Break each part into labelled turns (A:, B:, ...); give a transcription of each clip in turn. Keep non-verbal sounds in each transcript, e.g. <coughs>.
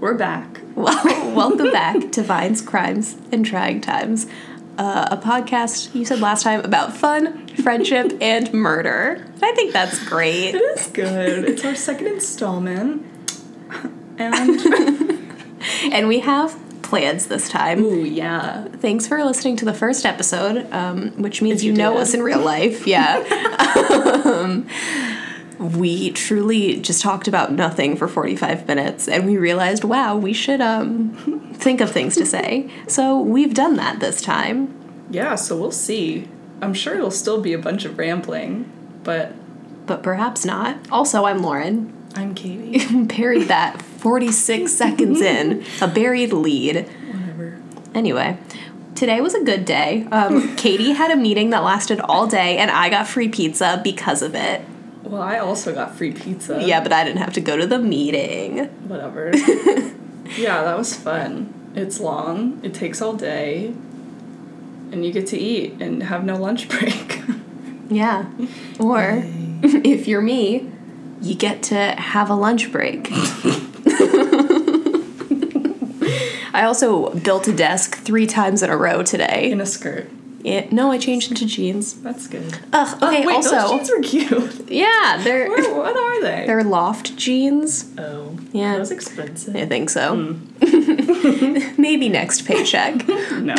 A: We're back.
B: Well, welcome back to Vines, Crimes, and Trying Times, uh, a podcast you said last time about fun,
A: <laughs>
B: friendship, and murder. I think that's great.
A: It is good. It's our second installment. And
B: And we have plans this time.
A: <laughs> ooh, yeah.
B: Thanks for listening to the first episode, um, which means
A: you
B: you, know
A: did.
B: us in real
A: <laughs>
B: life. Yeah. um, we truly just talked about nothing for 45 minutes and we realized, wow, we should um, think of things to say. So we've done that this time.
A: Yeah, so we'll see. I'm sure it'll still be a bunch of rambling, but
B: but perhaps not. Also, I'm Lauren. <laughs>
A: I'm <laughs> Katie.
B: Buried that 46 seconds in, a buried lead.
A: Whatever.
B: Anyway, today was a good day. Um, Katie had a meeting that lasted all day, and I got free pizza because of it.
A: Well, I also got free pizza.
B: Yeah, but I didn't have to go to the meeting.
A: <laughs> Whatever. yeah, that was fun. It's long, it takes all day, and you get to eat and have no lunch <laughs> break.
B: Yeah. Or <laughs> if you're me, you get to have a lunch break. <laughs> I also built a desk three times in a row today.
A: In a skirt.
B: It, no, I changed into jeans.
A: That's good.
B: Ugh. Okay.
A: Oh, Wait, those
B: also,
A: jeans were <laughs> cute.
B: yeah, they're
A: Where- what are they?
B: <laughs> they're loft jeans.
A: Oh,
B: Yeah.
A: that was expensive.
B: I think so.
A: Hmm.
B: <laughs> Maybe next paycheck.
A: <laughs> No,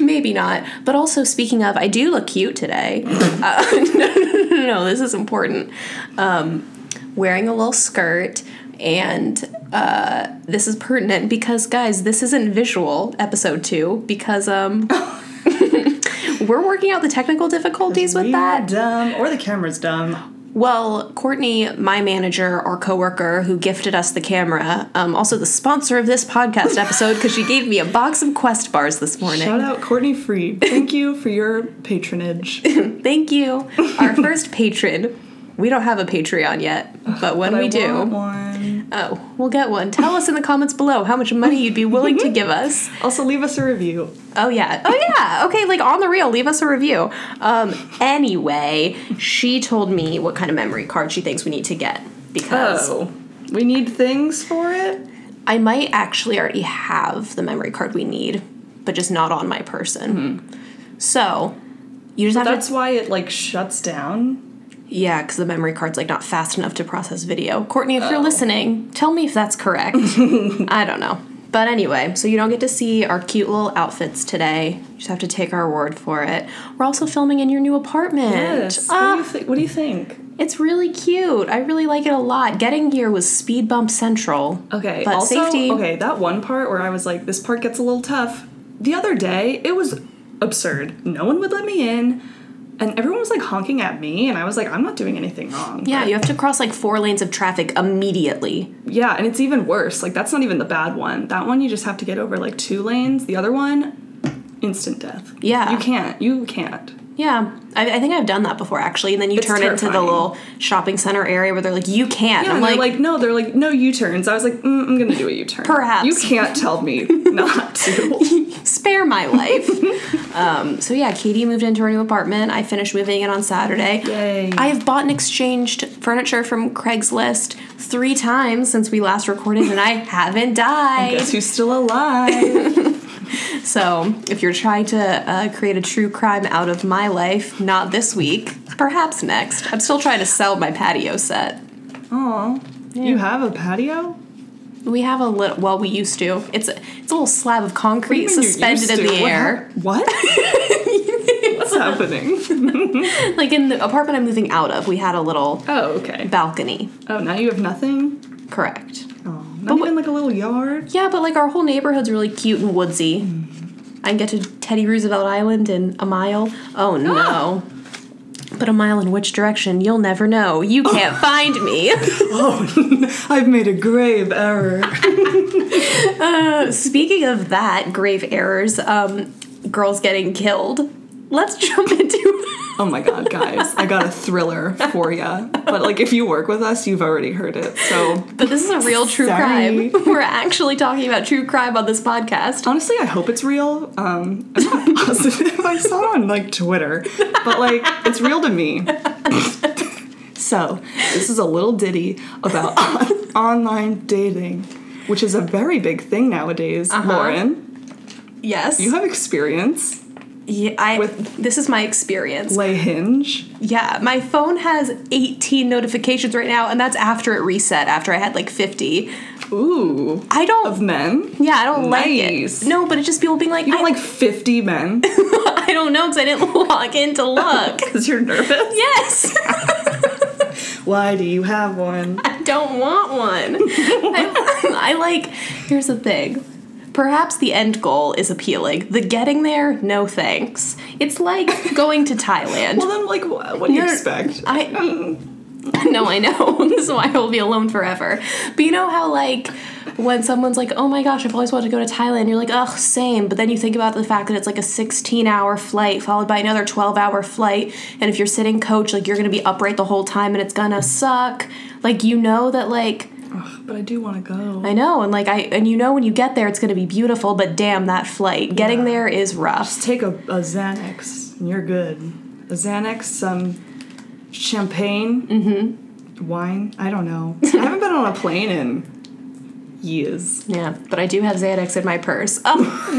B: Maybe not. But also, speaking of, I do look cute
A: <laughs>
B: today. Uh, <laughs> no, no, no, no, this is important. Um, wearing a little skirt, and uh, this is pertinent because, guys, this isn't visual episode two because
A: <laughs>
B: um, <laughs> we're working out the technical difficulties with
A: we
B: that.
A: are dumb, or the camera's dumb.
B: Well, Courtney, my manager, our coworker who gifted us the camera, um, also the sponsor of this podcast episode because she gave me a box of Quest bars this morning.
A: Shout out Courtney Freed. Thank you for your <laughs> patronage.
B: Thank you,
A: <laughs>
B: our first patron. We don't have a Patreon yet, but when
A: But I
B: we do,
A: want one.
B: oh, we'll get one. Tell us in the comments below how much
A: <laughs>
B: money you'd be willing to give us.
A: Also, leave us a review.
B: Oh yeah. Oh yeah. Okay, like on the real, leave us a review. Um anyway, she told me what kind of memory card she thinks we need to get
A: Oh.
B: because
A: we need things for it.
B: I might actually already have the memory card we need, but just not on my person. So you just have
A: That's
B: to
A: why it like shuts down.
B: yeah, because the memory card's like not fast enough to process video. Courtney, if you're listening, tell me if that's correct. I don't know. But anyway, so you don't get to see our cute little outfits today. You just have to take our word for it. We're also filming in your new apartment.
A: What, do
B: Ah,
A: you thi- what do you think?
B: it's really cute. I really like it a lot. Getting here was speed bump central.
A: Okay.
B: But
A: also,
B: safety.
A: Okay, that one part where I was like, this part gets a little tough. The other day, it was absurd. No one would let me in, and everyone was like honking at me, and I was like, I'm not doing anything wrong.
B: Yeah, you have to cross like four lanes of traffic immediately.
A: Yeah, and it's even worse. Like that's not even the bad one. That one you just have to get over like two lanes. The other one, instant death.
B: Yeah.
A: You can't. You can't.
B: Yeah, I, I think I've done that before actually. And then you
A: It's
B: turn into the
A: terrifying.
B: little shopping center area where they're like, "You can't."
A: Yeah,
B: I'm
A: and
B: like,
A: they're like, no, they're like, no U turns. I was like, mm, I'm gonna do a U turn.
B: Perhaps.
A: You can't tell
B: <laughs>
A: me not to. <laughs>
B: "Spare my life." um, so yeah, Katie moved into her new apartment. I finished moving in on Saturday.
A: Yay.
B: I have bought and exchanged furniture from Craigslist three times since we last
A: <laughs>
B: recorded, and I haven't died.
A: Guess who's still
B: <laughs>
A: alive?
B: So if you're trying to uh, create a true crime out of my life, not this week, perhaps next. I'm still trying to sell my patio set.
A: Aw. You have a patio?
B: We have a little. Well, we used to. It's a, it's a little slab of concrete
A: What do you mean you
B: suspended in
A: used
B: the
A: to? What
B: air.
A: hap- What?
B: <laughs>
A: What's happening?
B: Like in the apartment I'm moving out of, we had a little
A: Oh, okay.
B: balcony.
A: Oh, now you have nothing?
B: Correct.
A: Oh, not even like a little yard?
B: Yeah, but like our whole neighborhood's really cute and woodsy. I can get to Teddy Roosevelt Island in a mile. Oh
A: Ah.
B: no. But a mile in which direction? You'll never know.
A: <laughs>
B: You can't find me. <laughs>
A: Oh, <laughs> I've made a grave error.
B: Speaking of that, grave errors, um, girls getting killed. Let's jump <laughs> into.
A: Oh my god, guys. I got a thriller for ya. But like if you work with us, you've already heard it. So
B: but this is a real true
A: Sorry.
B: crime. <laughs> We're actually talking about true crime on this podcast.
A: honestly, I hope it's real. Um I'm not <laughs> positive. I saw it on like Twitter. But like it's real to me. <laughs> So, this is a little ditty about on- <laughs> online dating. which is a very big thing nowadays. Lauren,
B: Yes.
A: you have experience.
B: yeah, I,
A: with-
B: this is my experience.
A: Lay hinge.
B: Yeah, my phone has 18 notifications right now, and that's after it reset, after I had like 50.
A: Ooh.
B: I don't.
A: Of men.
B: yeah, I don't
A: Nice.
B: like it. No, but it's just people being like,
A: You don't
B: I,
A: like 50 <laughs> men
B: <laughs> I don't know because I didn't log in
A: <laughs>
B: to look.
A: because you're nervous. <laughs>
B: yes,
A: Why do you have one?
B: I don't want one. I, I like. Here's the thing. Perhaps the end goal is appealing. The getting there, no thanks. It's like going to Thailand.
A: Well, then, like, wh- what do you
B: You're-
A: expect?
B: I no, I know. <laughs> this is why I will be alone forever. But you know how like when someone's like, "Oh my gosh, I've always wanted to go to Thailand," you're like, "Ugh, same." But then you think about the fact that it's like a 16-hour flight followed by another 12-hour flight, and if you're sitting coach, like you're gonna be upright the whole time, and it's gonna suck. Like you know that like.
A: but I do want to go.
B: I know, and like I, and you know, when you get there, it's gonna be beautiful. But damn, that flight getting
A: Yeah.
B: there is rough.
A: Take a, a Xanax and you're good. A Xanax, some champagne, mm-hmm. wine. I don't know. I haven't been on a plane in years.
B: Yeah, but I do have Xanax in my purse. Oh,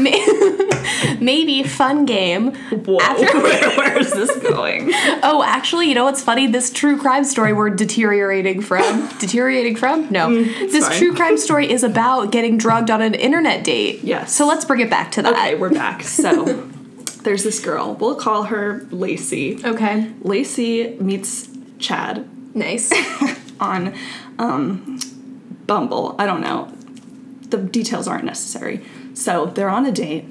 B: <laughs> may- maybe fun game.
A: Whoa, <laughs> where, where is this <laughs> going?
B: Oh, actually, you know what's funny? This true crime story we're deteriorating <laughs> from. deteriorating from? No. this
A: fine.
B: true crime story is about getting drugged on an internet date.
A: Yes.
B: So let's bring it back to
A: Okay,
B: that.
A: we're back. So there's this girl. We'll call her Lacey.
B: Okay.
A: Lacey meets Chad
B: Nice.
A: on um, Bumble. I don't know. The details aren't necessary. So they're on a date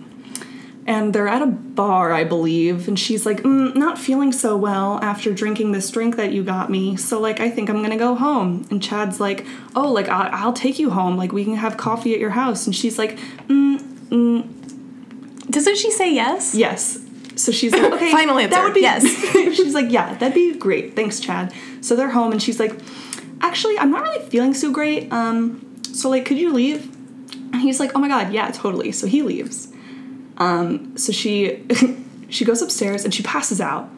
A: and they're at a bar, I believe. And she's like, mm, not feeling so well after drinking this drink that you got me. So, like, I think I'm gonna go home. And Chad's like, oh, like, I- I'll take you home. Like, we can have coffee at your house. And she's like,
B: <laughs> Doesn't she say yes?
A: Yes. So she's
B: <laughs>
A: like, okay,
B: Final answer,
A: That would be
B: yes.
A: <laughs> she's like, yeah, that'd be great. Thanks, Chad. So they're home, and she's like, actually, I'm not really feeling so great. Um, so like, could you leave? And he's like, oh my god, yeah, totally. So he leaves. Um, so she <laughs> she goes upstairs and she passes out.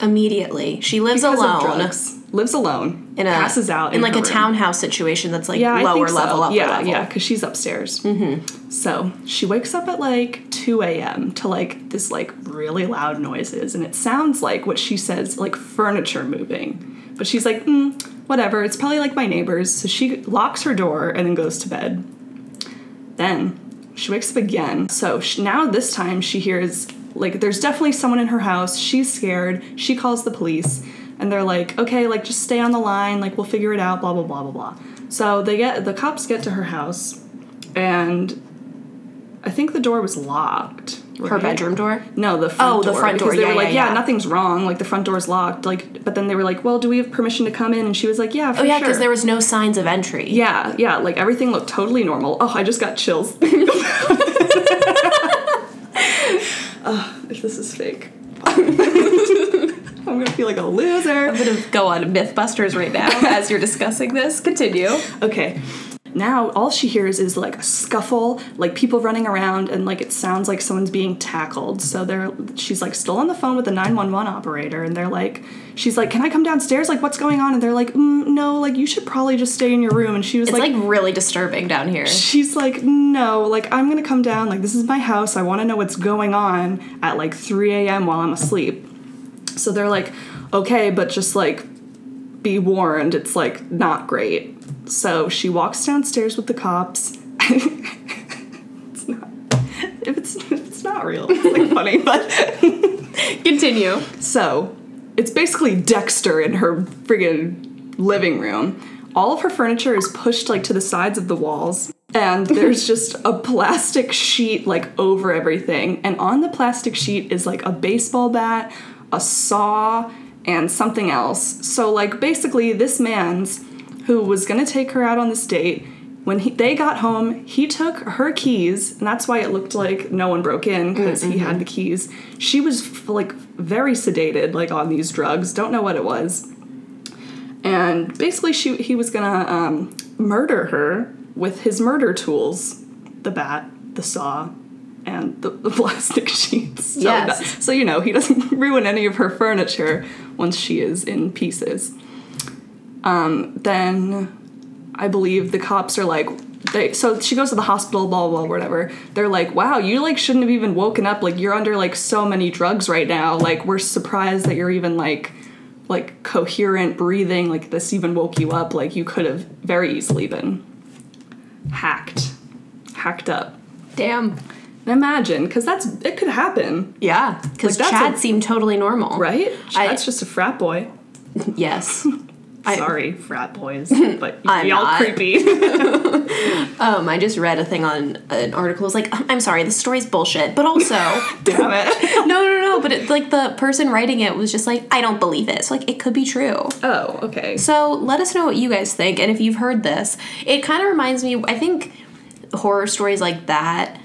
B: Immediately. She lives
A: because of
B: alone.
A: drugs, lives alone.
B: In a,
A: passes out
B: in, like
A: her
B: a
A: room.
B: townhouse situation that's like
A: Yeah, I
B: lower
A: think so.
B: level, upper
A: yeah,
B: level.
A: Yeah, because she's upstairs. Mm-hmm. So she wakes up at like 2 a.m. to like this like really loud noises, and it sounds like what she says like furniture moving. But she's like, mm, whatever. It's probably like my neighbors. So she locks her door and then goes to bed. Then she wakes up again. So she, now this time she hears like there's definitely someone in her house. She's scared. She calls the police and they're like, "Okay, like just stay on the line. Like we'll figure it out, blah blah blah blah blah." So they get the cops get to her house and I think the door was locked.
B: Her
A: right?
B: bedroom door.
A: No, the front
B: Oh, the
A: door.
B: front door,
A: Because they
B: yeah,
A: were like,
B: yeah,
A: yeah,
B: yeah.
A: nothing's wrong. Like the front door's locked. Like, but then they were like, well, do we have permission to come in? And she was like, yeah, for
B: Oh yeah,
A: sure.
B: because there was no signs of entry.
A: Yeah, yeah, like everything looked totally normal. Oh, I just got chills. <laughs> Ugh, if Oh, this is fake, <laughs> I'm gonna feel like a loser.
B: I'm gonna go on Mythbusters right <laughs> now as you're discussing this. Continue.
A: Okay. Now all she hears is like a scuffle, like people running around, and like it sounds like someone's being tackled. So they're she's like still on the phone with the 911 operator, and they're like, she's like, "Can I come downstairs? Like, what's going on?" And they're like, mm, "No, like you should probably just stay in your room." And she was
B: It's like really disturbing down here.
A: she's like, no, like I'm gonna come down. Like this is my house. I want to know what's going on at like 3 a.m. while I'm asleep. So they're like, okay, but just like be warned, it's like not great. So she walks downstairs with the cops. <laughs> it's not. If it's if it's not real, it's like funny, but
B: Continue.
A: so it's basically Dexter in her friggin' living room. All of her furniture is pushed like to the sides of the walls, and there's just a plastic sheet like over everything. And on the plastic sheet is like a baseball bat, a saw, and something else. So, like, basically, this man's who was gonna take her out on this date. When he, they got home, he took her keys, and that's why it looked like no one broke in because he had the keys. She was f- like very sedated, like on these drugs. Don't know what it was, and basically, she he was gonna um, murder her with his murder tools: the bat, the saw, and the, the plastic <laughs> sheets. So
B: Yes.
A: that- so you know he doesn't <laughs> ruin any of her furniture once she is in pieces. Um, then I believe the cops are like, They, so she goes to the hospital, blah, blah, blah, whatever. They're like, wow, you like shouldn't have even woken up. Like you're under like so many drugs right now. Like we're surprised that you're even like like coherent breathing. Like this even woke you up. Like you could have very easily been hacked, hacked up.
B: Damn.
A: And imagine, because that's it could happen,
B: Yeah. Because
A: Like, that's
B: Chad
A: a-
B: seemed totally normal.
A: right?
B: I-
A: That's just a frat boy.
B: <laughs> Yes. I-
A: Sorry, frat
B: <laughs>
A: boys, but y-
B: I'm
A: y'all
B: not.
A: creepy. <laughs>
B: Um, I just read a thing on an article. It was like, I'm sorry, this story's bullshit. But <laughs> also, no,
A: Damn
B: <laughs>
A: it.
B: no, no. But it's like the person writing it was just like, I don't believe it. So like, it could be true.
A: Oh, okay.
B: So let us know what you guys think, and if you've heard this, it kind of reminds me. I think horror stories like that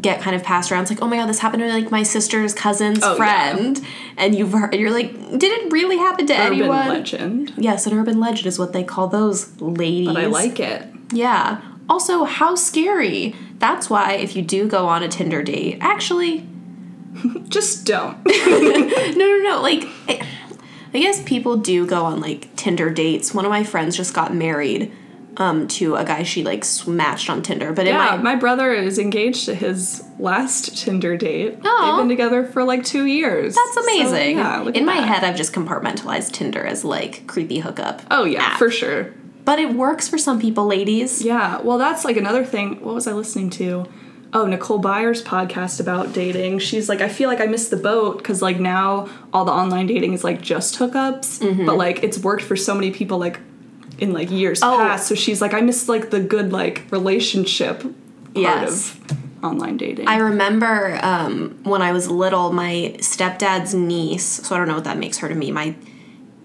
B: get kind of passed around. It's like, oh my god, this happened to like my sister's cousin's
A: Oh, yeah.
B: friend, and you've heard, you're like, did it really happen to
A: Urban
B: anyone?
A: legend.
B: Yes, an urban legend is what they call those ladies.
A: But I like it.
B: Yeah. Also, how scary. That's why if you do go on a Tinder date, actually,
A: Just don't.
B: no, no, no. Like, I, I guess people do go on like Tinder dates. One of my friends just got married um, to a guy she like s- matched on Tinder, but
A: Yeah,
B: it might.
A: my brother is engaged to his last Tinder date.
B: Aw.
A: They've been together for like two years.
B: That's amazing.
A: So, yeah, look
B: In
A: at
B: my
A: that.
B: head, I've just compartmentalized Tinder as like creepy hookup.
A: Oh yeah,
B: app.
A: for sure.
B: But it works for some people, ladies.
A: Yeah. Well, that's like another thing. What was I listening to? Oh, Nicole Byers podcast about dating. She's like, I feel like I missed the boat because like now all the online dating is like just hookups,
B: Mm-hmm.
A: but like it's worked for so many people like in like years
B: Oh.
A: past. So she's like, I missed like the good like relationship part
B: Yes.
A: of online dating.
B: I remember um, when I was little, my stepdad's niece, so I don't know what that makes her to me, my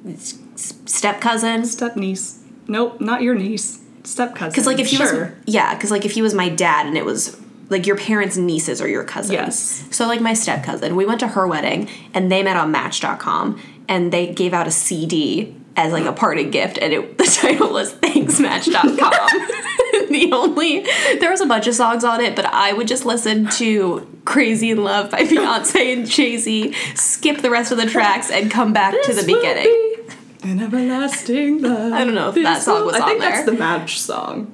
B: s- step cousin.
A: Step niece. Nope, not your niece. Step cousin.
B: Because like if he was
A: sure.
B: yeah, because like if he was my dad and it was like your parents' nieces or your cousins.
A: Yes.
B: So like my step cousin, we went to her wedding and they met on Match.com and they gave out a CD as like a parting gift and it <laughs> the title was
A: <laughs>
B: Thanks Match.com. <laughs> the only there was a bunch of songs on it, but I would just listen to Crazy in Love by <laughs> Beyonce and Jay Z, skip the rest of the tracks, and come back to the
A: This will
B: beginning.
A: be an everlasting love.
B: <laughs> I don't know if that
A: This
B: song
A: will-
B: was
A: I
B: on
A: think
B: there.
A: that's the Madge song.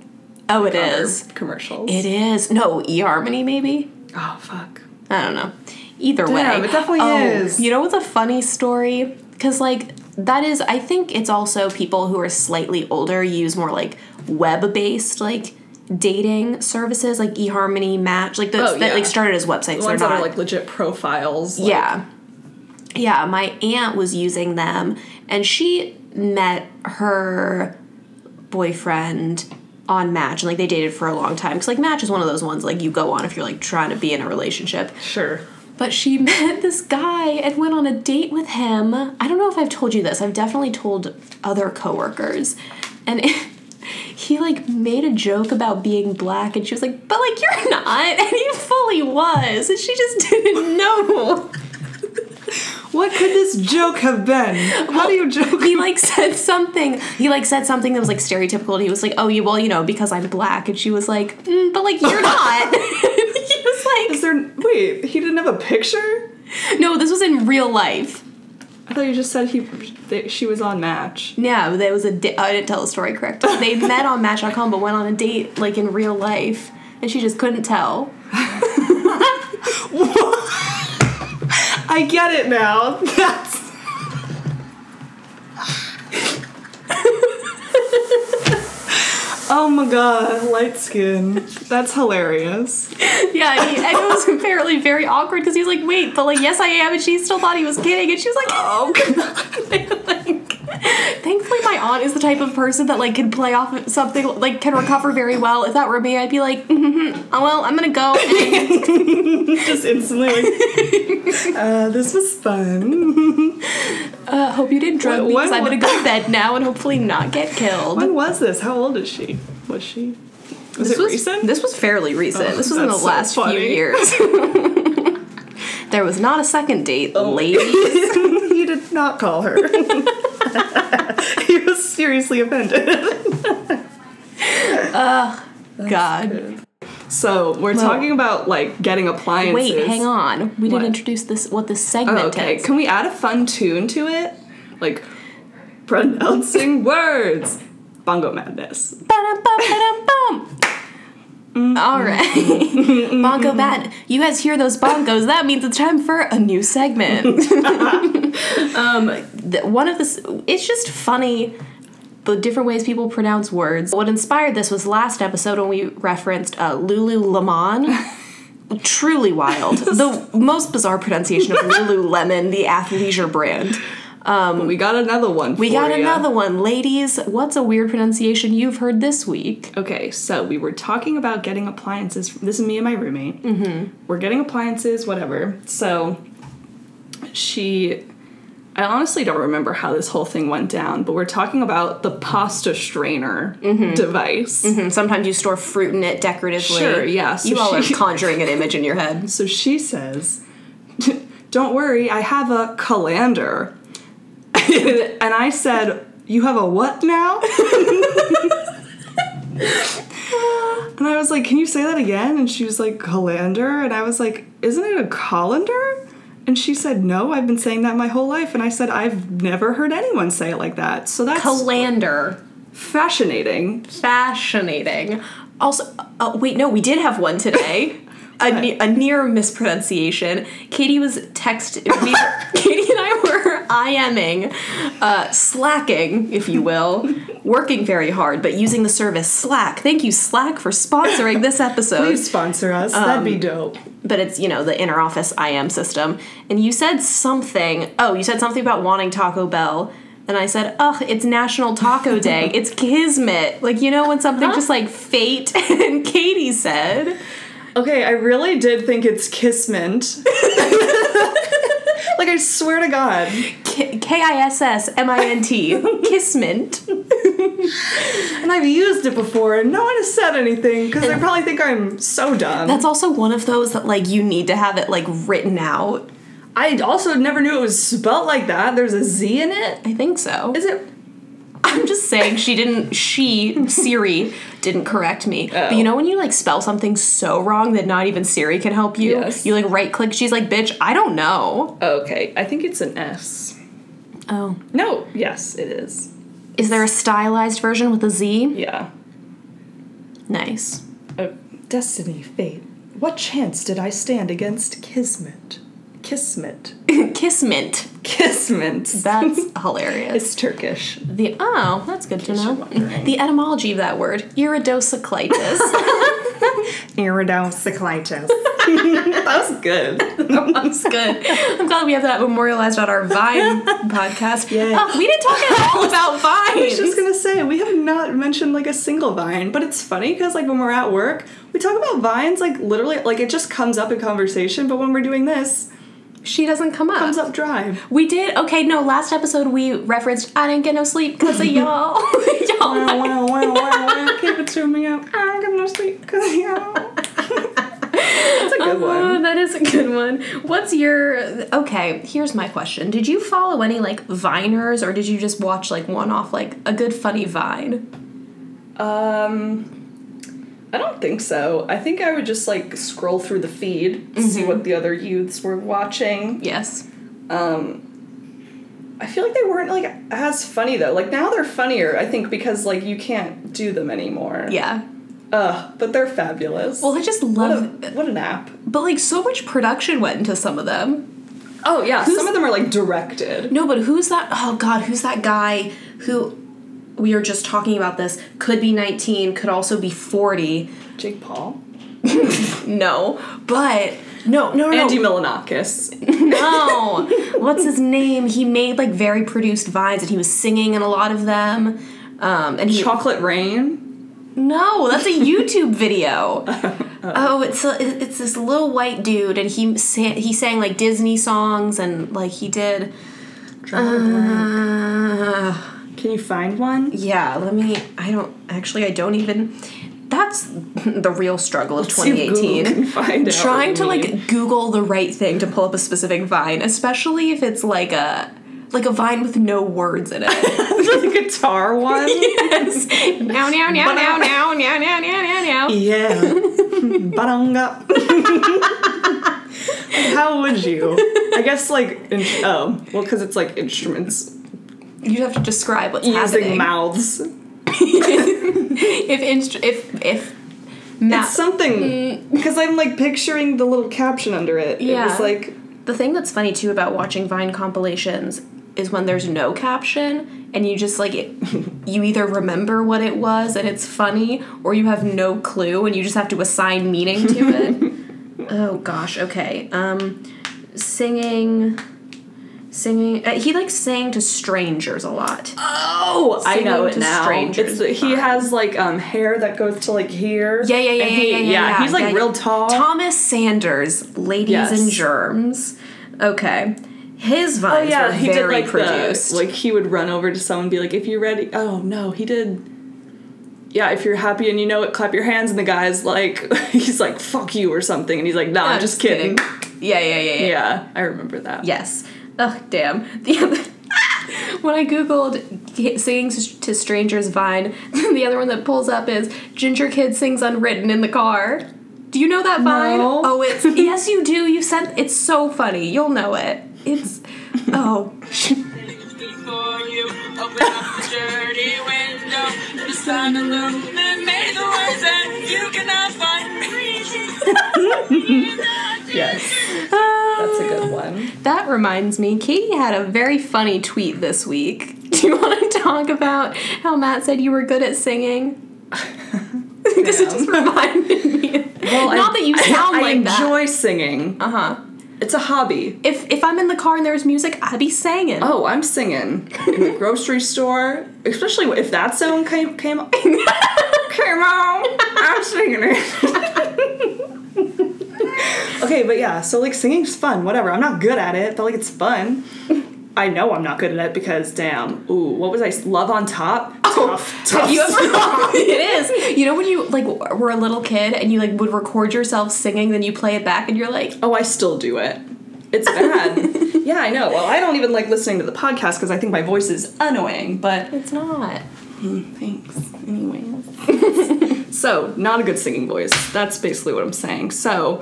B: oh, it
A: Other
B: is.
A: commercials.
B: It is. No, eHarmony maybe?
A: oh fuck.
B: I don't know. Either
A: Damn,
B: way, Oh,
A: it definitely is.
B: You know what's a funny story? Because like that is, I think it's also people who are slightly older use more like web-based like dating services, like eHarmony, Match, like those
A: Oh,
B: that like
A: yeah.
B: started as websites.
A: The
B: They're
A: ones that
B: not-
A: are like legit profiles. like-
B: yeah. Yeah, my aunt was using them and she met her boyfriend on Match and like they dated for a long time cuz like Match is one of those ones like you go on if you're like trying to be in a relationship.
A: Sure.
B: But she <laughs> met this guy and went on a date with him. I don't know if I've told you this. I've definitely told other coworkers. And <laughs> it- he like made a joke about being black and she was like, "But like you're not." <laughs> And he fully was. And she just <laughs> didn't know.
A: What could this joke have been? How do you joke?
B: he like said something. He like said something that was like stereotypical, and he was like, "Oh, you well, you know, because I'm black." And she was like, mm, "But like, you're not." <laughs> he
A: Is
B: was
A: there? Wait, he didn't have a picture.
B: like, "No, this was in real life."
A: I thought you just said he. That she was on Match.
B: Yeah, there was a. Di- I didn't tell the
A: <laughs>
B: story correctly. They met on Match.com, but went on a date like in real life, and she just couldn't tell.
A: I get it now. <laughs> That's. oh my god, light skin. That's hilarious.
B: Yeah, and, he, and
A: <laughs>
B: it was apparently very awkward because he was like, "Wait, but like, yes, I am," and she still thought he was kidding, and she was like, <laughs>
A: Oh god.
B: like, <laughs> thankfully my aunt is the type of person that like can play off of something like can recover very well if that were me i'd be like mm oh, well i'm
A: <laughs>
B: gonna go <laughs> and
A: Just instantly like, <laughs> uh, this was fun.
B: uh, hope you didn't drug
A: What-
B: me because
A: what-
B: i'm gonna go to bed now and hopefully not get killed
A: When was this? How old is she? Was she? Was it
B: was <laughs>
A: recent?
B: this was fairly recent
A: Oh,
B: this was in the
A: that's so
B: last few
A: funny. <laughs>
B: years there was not a second date
A: Oh,
B: lady
A: he did not call her. <laughs> he was seriously offended.
B: god
A: So we're talking about like getting appliances.
B: wait hang on we
A: What?
B: didn't introduce this what this segment
A: Oh, okay.
B: is
A: Can we add a fun tune to it? Like pronouncing <laughs> words. Bongo madness.
B: Ba-dum-bum, ba-dum-bum. All right. Bonko Bat, you guys hear those bonkos. That means it's time for a new segment. um, th- one of the, s- it's just funny the different ways people pronounce words. What inspired this was last episode when we referenced uh, Lululemon. Truly wild. the most bizarre pronunciation of Lululemon, the athleisure brand.
A: we got another one.
B: We got another one. Ladies, what's a weird pronunciation you've heard this week?
A: Okay, so we were talking about getting appliances. This is me and my roommate. Mm-hmm. We're getting appliances, whatever. So she, I honestly don't remember how this whole thing went down, but we're talking about the pasta strainer device.
B: Mm-hmm. Sometimes you store fruit in it decoratively.
A: Sure, yeah, so
B: you all <laughs>
A: she-
B: are conjuring an image in your head.
A: So she says, Don't worry, I have a colander. <laughs> and I said, You have a what now? <laughs> and I was like, Can you say that again? And she was like, Colander. And I was like, Isn't it a colander? And she said, No, I've been saying that my whole life. And I said, I've never heard anyone say it like that. So that's
B: Colander.
A: fascinating.
B: Fascinating. Also, uh, wait, no, we did have one today. <laughs> A, ne- a near mispronunciation. Katie was text. We, <laughs> Katie and I were IMing, uh, slacking, if you will, working very hard, but using the service Slack. Thank you, Slack, for sponsoring this episode.
A: Please sponsor us. That'd be dope.
B: but it's you know the inner office IM system. And you said something. Oh, you said something about wanting Taco Bell. And I said, ugh, it's National Taco Day. It's kismet. Like, you know, when something just like fate. <laughs> And Katie said,
A: Okay, I really did think it's Kissment. <laughs> like, I swear to God.
B: K I S S M I N T, kismet.
A: And I've used it before, and no one has said anything because they probably think I'm so dumb.
B: That's also one of those that like you need to have it like written out.
A: I also never knew it was spelt like that. There's a Z in it.
B: I think so.
A: Is it?
B: I'm just saying she didn't she Siri didn't correct me. But
A: Oh.
B: you know when you like spell something so wrong that not even Siri can help you?
A: Yes.
B: You like right click, she's like, bitch, I don't know.
A: Okay, I think it's an S.
B: Oh.
A: No, yes, it is.
B: Is there a stylized version with a Z?
A: Yeah.
B: Nice. <laughs>
A: Oh, destiny, fate. What chance did I stand against Kismet? Kismet.
B: Kismet.
A: Kismet.
B: That's
A: <laughs>
B: hilarious.
A: It's Turkish.
B: The oh, that's good to
A: case you're
B: know.
A: wondering.
B: The etymology of that word,
A: <laughs>
B: iridocyclitis. <laughs>
A: Iridocyclitis. that was good.
B: That's good. I'm glad we have that memorialized on our
A: <laughs>
B: Vine podcast.
A: Yay.
B: Oh, we didn't talk at all about Vine.
A: <laughs> I was just gonna say we have not mentioned like a single vine, but it's funny because like when we're at work, we talk about vines like literally like it just comes up in conversation. But when we're doing this,
B: she doesn't come up.
A: comes up dry.
B: We did. Okay, no, last episode we referenced I didn't get no sleep because of
A: <laughs>
B: y'all. <laughs> y'all.
A: Wow, wow, wow, wow, wow, Keep it to me. Ah, I'm gonna sleep <laughs> because you. know. That's a good one.
B: Oh, that is a good one. What's your okay? Here's my question: Did you follow any like Viners, or did you just watch like one off, like a good funny Vine?
A: Um, I don't think so. I think I would just like scroll through the feed, see what the other youths were watching.
B: Yes.
A: I feel like they weren't like as funny though. Like now they're funnier, I think, because like you can't do them anymore.
B: Yeah.
A: Ugh, but they're fabulous.
B: Well, I just
A: what,
B: love,
A: a, what an app.
B: but like so much production went into some of them.
A: Oh yeah, some of them are like directed.
B: No, but who's that? Oh God, who's that guy who? We were just talking about this. Could be 19, could also be 40.
A: Jake Paul,
B: No, but no, no, no,
A: Andy <laughs>
B: no.
A: Milanakis.
B: no. What's his name? He made like very produced vines, and he was singing in a lot of them. Um, and he
A: Chocolate Rain.
B: no, that's a YouTube video. oh, it's a, it's this little white dude, and he sang, he sang like Disney songs, and like he did. Uh,
A: Can you find one?
B: yeah, let me. I don't actually. I don't even. That's <laughs> the real struggle of
A: See if Google
B: 2018.
A: can find out
B: trying
A: what
B: to
A: we
B: <laughs>
A: need.
B: like google the right thing to pull up a specific vine especially if it's like a like a vine with no words in it
A: <laughs> the guitar one.
B: yes now now now now now now now now now
A: <laughs>
B: now
A: Yeah.
B: <laughs>
A: Baranga. How would you? I guess like in- oh well because it's like instruments
B: you have to describe what's
A: using
B: happening
A: mouths.
B: if instru- if if Matt.
A: It's something because I'm like picturing the little caption under it. It
B: Yeah.
A: was like
B: the thing that's funny too about watching Vine compilations is when there's no caption and you just like it, <laughs> you either remember what it was and it's funny or you have no clue and you just have to assign meaning to it.
A: <laughs>
B: oh gosh, okay. Um singing singing uh, he like sang to strangers a lot.
A: oh, I know it
B: to
A: now.
B: strangers
A: It's the- he has like um hair that goes to like here.
B: Yeah, yeah, yeah,
A: And
B: yeah,
A: he-
B: yeah, yeah, yeah.
A: He's like
B: yeah,
A: real
B: yeah.
A: tall.
B: Thomas Sanders, Ladies
A: Yes. Oh,
B: and Germs. Okay. His vines were
A: he did
B: very
A: like
B: produced.
A: the like he would run over to someone and be like, "If you're ready." Oh no, he did. Yeah, if you're happy and you know it, clap your hands. And the guy's like, <laughs> he's like, "Fuck you" or something, and he's like, "Nah,
B: I'm
A: I'm just kidding."
B: Yeah, yeah, yeah, yeah.
A: Yeah, I remember that.
B: Yes. Oh, damn. The other, <laughs> when I googled ki- singing to strangers Vine, <laughs> the other one that pulls up is Ginger Kid sings Unwritten in the car. Do you know that Vine?
A: No.
B: Oh,
A: <laughs>
B: it's yes, you do. You sent. It's so funny. You'll know it. It's oh
C: before you open up the dirty window to the sun illuminate the words that you cannot find.
A: Yes,
B: Ah.
A: <laughs> that's a good one.
B: That reminds me, Katie had a very funny tweet this week. <laughs> Do you want to talk about how Matt said you were good at <laughs> singing? Because it just reminded me. Not that you sound
A: I,
B: like that.
A: enjoy singing.
B: Uh huh.
A: It's a hobby.
B: If if I'm in the car and there's music, I'd be singing. <laughs>
A: Oh, I'm singing in the grocery store, especially if that song came came <laughs> came on. I'm singing it. <laughs> okay, but yeah, so like singing's fun. Whatever, I'm not good at it, but like it's fun. I know I'm not good at it because damn, ooh, what was I? Love on top. tough, tough.
B: Oh. You ever, <laughs> it is. You know when you like were a little kid and you like would record yourself singing, then you play it back and you're like,
A: Oh, I still do it. It's
B: <laughs>
A: bad. yeah, I know. Well, I don't even like listening to the podcast because I think my voice is annoying, but
B: it's not. Hmm,
A: thanks. Anyway. so, not a good singing voice. That's basically what I'm saying. So,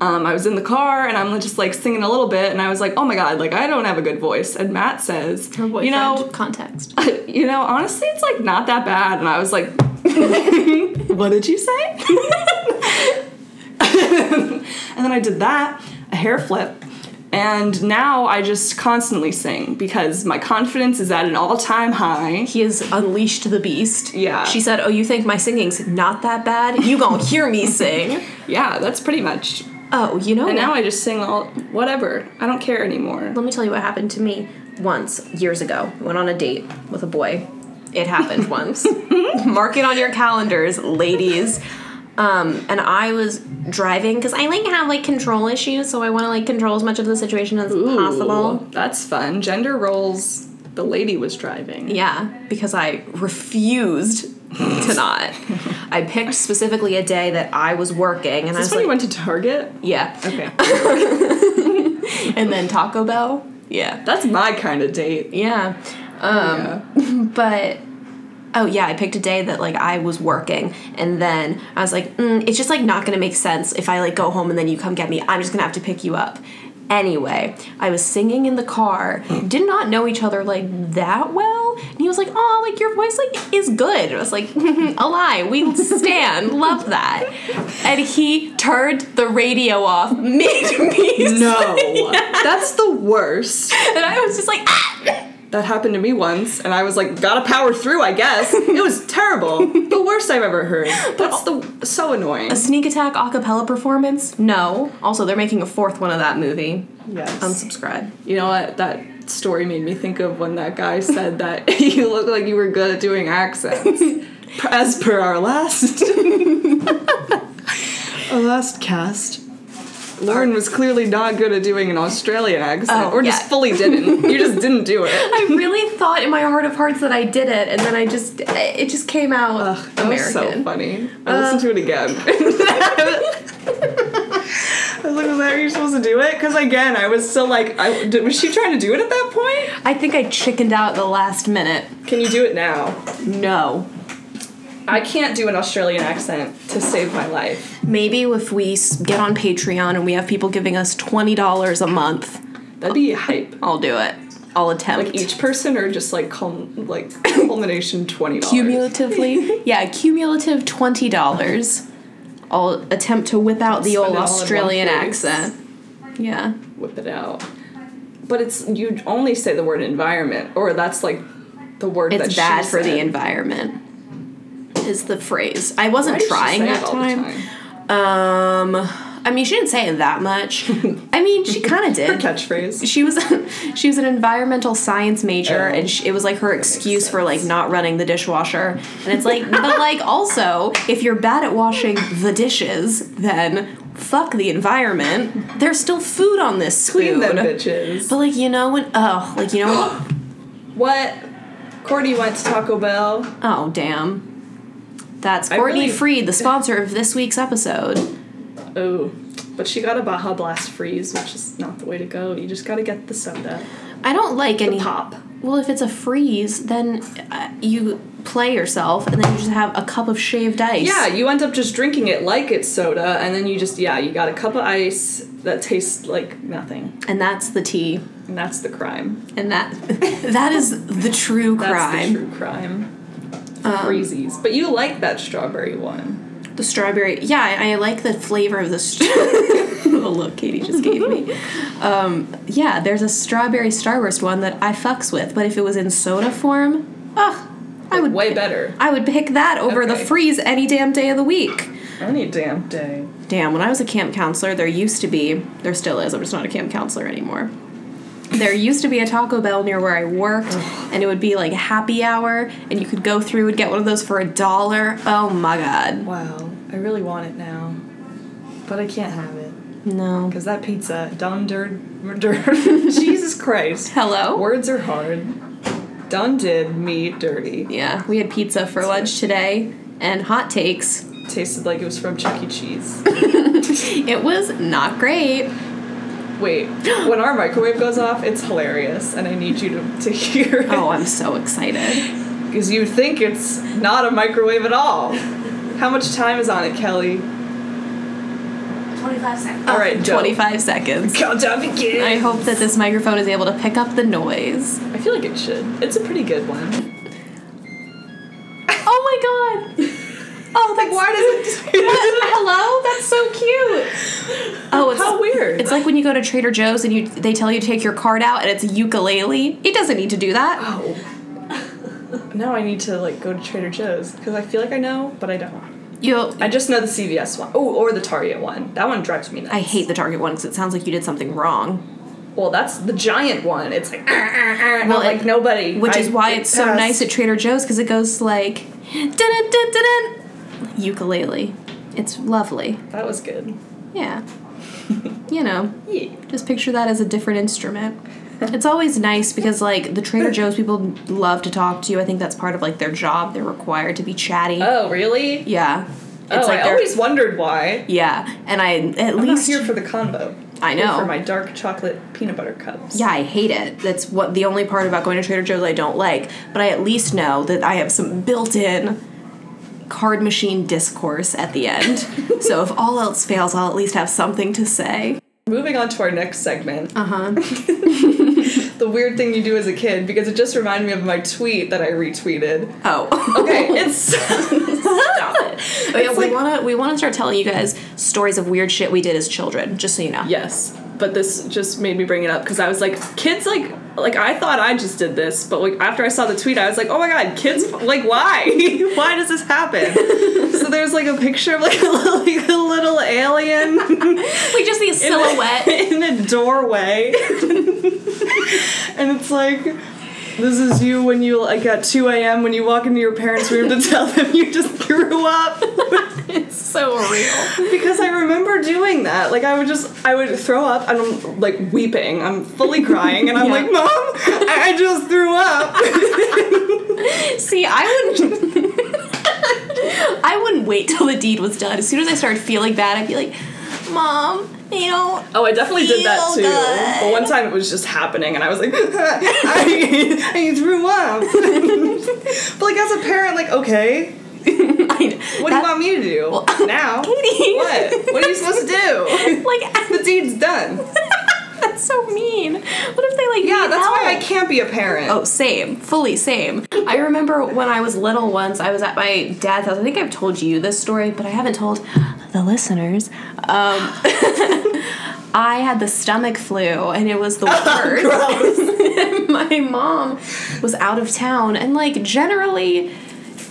A: um, I was in the car and I'm just like singing a little bit, and I was like, oh my god, like I don't have a good voice. And Matt says,
B: Her
A: you know, <laughs>
B: context.
A: you know, honestly, it's like not that bad. And I was like, <laughs> what did you say? <laughs> and then I did that, a hair flip. And now I just constantly sing because my confidence is at an all time high.
B: He has unleashed the beast.
A: Yeah.
B: She said, Oh, you think my singing's not that bad? You
A: <laughs>
B: gonna hear me sing.
A: Yeah, that's pretty much.
B: Oh, you know
A: And
B: what?
A: now I just sing all whatever. I don't care anymore.
B: Let me tell you what happened to me once, years ago. Went on a date with a boy.
A: <laughs>
B: It happened once. Mark it on your calendars, ladies. Um, and I was driving because I like have like control issues, so I want to like control as much of the situation as possible.
A: Ooh, That's fun. Gender roles. The lady was driving.
B: Yeah, because I refused
A: <laughs>
B: to not. I picked specifically a day that I was working, and I
A: That's
B: was
A: when
B: like,
A: you went to Target.
B: yeah,
A: Okay.
B: and then Taco Bell. Yeah.
A: <laughs> That's my kind of date.
B: Yeah. Um,
A: Yeah.
B: But oh yeah, I picked a day that like I was working, and then I was like, mm, it's just like not gonna make sense if I like go home and then you come get me. I'm just gonna have to pick you up. Anyway, I was singing in the car.
A: Hmm.
B: Did not know each other like that well, and he was like, "Oh, like your voice like is good." And I was like, <laughs> "A lie. We stand.
A: <laughs>
B: Love that." And he turned the radio off <laughs> mid me,
A: No. <laughs> That's the worst.
B: and I was just like, "Ah!"
A: That happened to me once, and I was like, gotta power through, I guess. It was <laughs> terrible. the worst I've ever heard. That's the so annoying.
B: Sneak Attack a cappella performance? No. Also, they're making a fourth one of that movie.
A: Yes.
B: Unsubscribe.
A: you know what? That story made me think of when that guy said that <laughs> you look like you were good at doing
B: <laughs>
A: accents. As per our last <laughs> our last cast. Lauren was clearly not good at doing an Australian accent,
B: Oh,
A: or just
B: yeah.
A: fully didn't. You just didn't do
B: <laughs>
A: it.
B: I really thought in my heart of hearts that I did it, and then I just it just came out
A: Ugh, that was so
B: American.
A: funny. I listened to it
B: <laughs>
A: again. <laughs> I was like, was that how you're supposed to do it? Because again, I was still like, I, did, was she trying to do it at that point?
B: I think I chickened out the last minute.
A: Can you do it now?
B: No.
A: I can't do an Australian accent to save my life.
B: Maybe if we s- get on Patreon and we have people giving us twenty dollars a month,
A: That'd be hype.
B: I'll do it. I'll attempt.
A: Like each person, or just like cul- like <coughs> culmination twenty dollars.
B: <laughs> cumulatively, yeah, cumulative twenty dollars. I'll attempt to whip out the
A: Spin
B: old
A: it all in one
B: Australian
A: place.
B: accent. Yeah.
A: Whip it out. But it's you only say the word environment, or that's like the word that
B: It's
A: she
B: bad for the
A: said.
B: environment. Is the phrase.
A: Why
B: I wasn't
A: does she
B: trying
A: say it
B: that
A: all the
B: time. Um I mean she didn't say it
A: <laughs>
B: that much. I mean she kinda
A: Her
B: did.
A: catchphrase.
B: she was <laughs> she was an environmental science major
A: Oh.
B: and she, it was like her excuse for like not running the dishwasher and it's
A: <laughs>
B: like but like also if you're bad at washing the dishes then fuck the environment there's still food on this
A: Clean
B: spoon
A: them bitches.
B: but like you know when oh like you know when
A: What? Courtney went to Taco Bell.
B: oh damn that's
A: I
B: Courtney
A: really-
B: Freed the sponsor of this week's episode
A: Oh, but she got a Baja Blast freeze, which is not the way to go. You just gotta get the soda,
B: I don't like
A: the
B: any
A: pop.
B: Well, if it's a freeze, then uh, you play yourself, and then you just have a cup of shaved ice.
A: Yeah, you end up just drinking it like it's soda, and then you just yeah, you got a cup of ice that tastes like nothing,
B: and that's the tea,
A: and that's the crime.
B: and that <laughs> that is the true
A: That's
B: crime.
A: the true crime. Um, Freezies, but you like that strawberry one.
B: The strawberry, yeah, I, I like the flavor of the. St- <laughs> the look Katie just gave me. Um, yeah, there's a strawberry starburst one that I fucks with, but if it was in soda form, ugh, I would
A: Way better.
B: I would pick that over the
A: Okay.
B: freeze any damn day of the week.
A: Any damn day.
B: Damn, when I was a camp counselor, there used to be, there still is, I'm just not a camp counselor anymore. There used to be a Taco Bell near where I worked, and it would be like happy hour, and you could go through and get one of those for a dollar. Oh my god.
A: Wow, I really want it now, but I can't have it
B: No.
A: because that pizza, Don Dur, Dur <laughs> Jesus Christ.
B: Hello?
A: Words are hard. Done did me dirty.
B: Yeah, we had pizza for lunch today, and hot takes.
A: Tasted like it was from Chuck E. Cheese.
B: It was not great.
A: Wait, when our microwave goes off, it's hilarious, and I need you to, to hear it.
B: Oh, I'm so excited.
A: Because you think it's not a microwave at all. How much time is on it, Kelly?
C: 25 seconds.
A: All right, Joe.
B: 25 seconds.
A: Countdown begins.
B: I hope that this microphone is able to pick up the noise.
A: I feel like it should. It's a pretty good one.
B: Oh my god! Oh, that's
A: Why does it?
B: <laughs> Hello? That's so cute. Oh, it's
A: How weird.
B: It's like when you go to Trader Joe's and you they tell you to take your card out and it's a ukulele. It doesn't need to do that.
A: oh. Now I need to like go to Trader Joe's because I feel like I know, but I don't.
B: You
A: I just know the CVS one. Oh, or the Target one. That one drives me nuts.
B: I hate the Target one cuz it sounds like you did something wrong.
A: Well, that's the giant one. It's like, "Arr, arr, arr," and
B: Well,
A: I'm like
B: it-
A: nobody.
B: Which
A: I
B: is why
A: did
B: it's so
A: pass.
B: nice at Trader Joe's cuz it goes like dun dun dun dun ukulele. It's lovely.
A: that was good. <laughs>
B: Yeah. you know.
A: Yeah.
B: Just picture that as a different instrument. It's always nice because like the Trader Joe's people love to talk to you. I think that's part of like their job. They're required to be chatty.
A: Oh, really?
B: yeah.
A: oh, I
B: they're-
A: always wondered why.
B: Yeah. And I at
A: I'm not
B: least
A: here for the convo.
B: I
A: Here
B: know.
A: For my dark chocolate peanut butter cups.
B: yeah, I hate it. That's what the only part about going to Trader Joe's I don't like. But I at least know that I have some built-in card machine discourse at
A: <laughs>
B: the end. so if all else fails, I'll at least have something to say.
A: Moving on to our next segment. Uh
B: Uh-huh. <laughs>
A: huh. <laughs> the weird thing you do as a kid because it just reminded me of my tweet that I
B: <laughs>
A: retweeted.
B: Oh.
A: Okay, it's stop it.
B: Oh, yeah,
A: It's
B: we
A: like-
B: wanna we wanna start telling you guys stories of weird shit we did as children, just so you know.
A: Yes, but this just made me bring it up because I was like, kids like like I thought I just did this, but like after I saw the tweet, I was like, oh my god, kids <laughs> like why why does this happen? so there's like a picture of like <laughs> a little, like, a little alien <laughs>
B: Like just the silhouette.
A: in a doorway, <laughs> and it's like. This is you when you like at 2 a.m. when you walk into your parents' room to tell them you just <laughs> grew up.
B: it's so real.
A: because I remember doing that. Like I would just, I would throw up, and I'm like weeping. I'm <laughs> fully crying, and I'm
B: Yeah.
A: like, "Mom, I I just threw up."
B: See, I wouldn't <laughs> I wouldn't wait till the deed was done. As soon as I started feeling bad, I'd be like, Mom, you know
A: Oh, I definitely did that
B: Feel
A: too.
B: good.
A: But one time it was just happening, and I was like, <laughs> I, "I threw up." <laughs> but like as a parent, like, okay, what do you want me to do
B: <laughs>
A: now?
B: Katie.
A: What? What are you supposed to do?
B: <laughs> like
A: the deed's done.
B: that's so mean. What if they like
A: Yeah,
B: need
A: that's why I
B: help?
A: can't be a parent.
B: Oh, same, fully same. I remember when I was little once, I was at my dad's house. I think I've told you this story, but I haven't told the listeners, um, <laughs> I had the stomach flu and it
A: <laughs>
B: was the
A: Oh,
B: worst. <laughs> my mom was out of town and like generally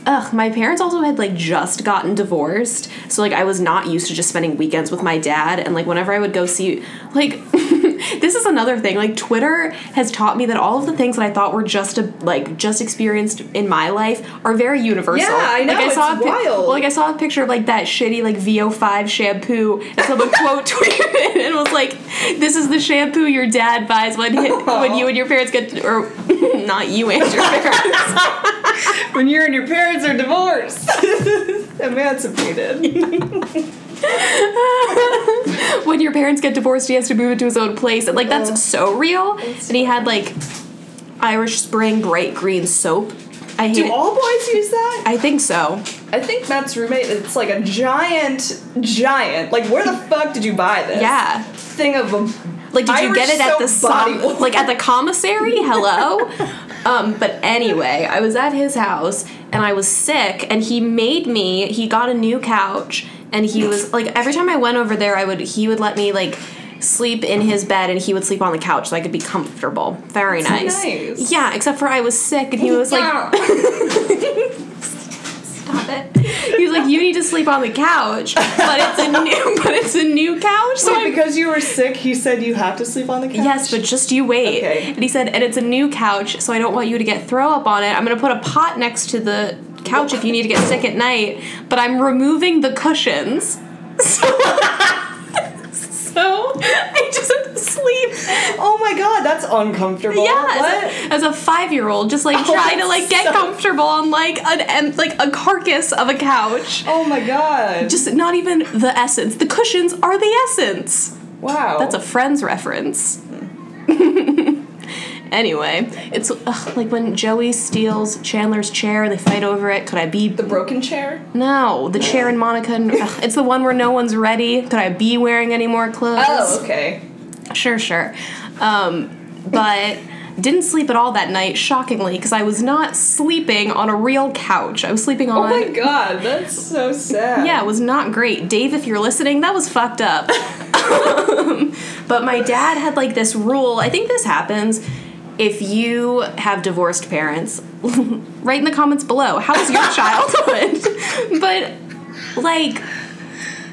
B: ugh my parents also had like just gotten divorced so like i was not used to just spending weekends with my dad and like whenever i would go see like <laughs> this is another thing like twitter has taught me that all of the things that i thought were just a, like just experienced in my life are very universal
A: Yeah, I know,
B: like i saw
A: it's
B: a pic-
A: wild.
B: well, like i saw a picture of like that shitty like vo5 shampoo
A: <laughs>
B: and someone quote tweeted it and was like this is the shampoo your dad buys when
A: <laughs>
B: hi- when you and your parents get or <laughs> not you and your parents
A: <laughs>
B: <laughs>
A: When you and your parents are divorced, <laughs> emancipated.
B: when your parents get divorced, he has to move into his own place. And like that's so real. And he had like Irish Spring bright green soap. I hate
A: Do
B: it.
A: all boys use that?
B: I think so.
A: I think Matt's roommate. It's like a giant, giant. Like, where the fuck did you buy this?
B: Yeah.
A: Thing of a.
B: Like did you
A: Irish
B: get it at
A: soap
B: the
A: <laughs> body
B: <laughs> som- like at the commissary? Hello. um, but anyway, I was at his house and I was sick, and he made me. He got a new couch, and he was like every time I went over there, I would he would let me like sleep in his bed and he would sleep on the couch so I could be comfortable. Very
A: That's
B: nice.
A: nice.
B: Yeah, except for I was sick and he was like <laughs> stop it. He was like, You need to sleep on the couch. But it's a new <laughs> but it's a new couch, so
A: Wait,
B: I'm
A: because you were sick, he said you have to sleep on the couch.
B: Yes, but just you wait.
A: Okay.
B: And he said, and it's a new couch, so I don't want you to get throw up on it. I'm gonna put a pot next to the couch if you need to get sick at night, but I'm removing the cushions. <laughs> So, so I just have to sleep.
A: Oh my god, that's uncomfortable.
B: Yeah,
A: What?
B: as a- as a, five year old, just like
A: <laughs> Oh,
B: trying to like get
A: so-
B: comfortable on like an em- like a carcass of a couch.
A: Oh my god.
B: Just not even the essence. The cushions are the essence.
A: wow.
B: That's a Friends reference. <laughs> anyway, it's ugh, like when Joey steals Chandler's chair, they fight over it. Could I be
A: the broken chair.
B: no the chair and Monica? And, ugh, it's the one where no one's ready. Could I be wearing any more clothes?
A: Oh, okay.
B: Sure, sure. Um, but didn't sleep at all that night, shockingly, because I was not sleeping on a real couch. I was sleeping on.
A: Oh my god, that's so sad.
B: Yeah, it was not great. Dave, if you're listening, that was fucked up. Um, but my dad had like this rule. I think this happens if you have divorced parents. <laughs> Write in the comments below. How was your childhood? but like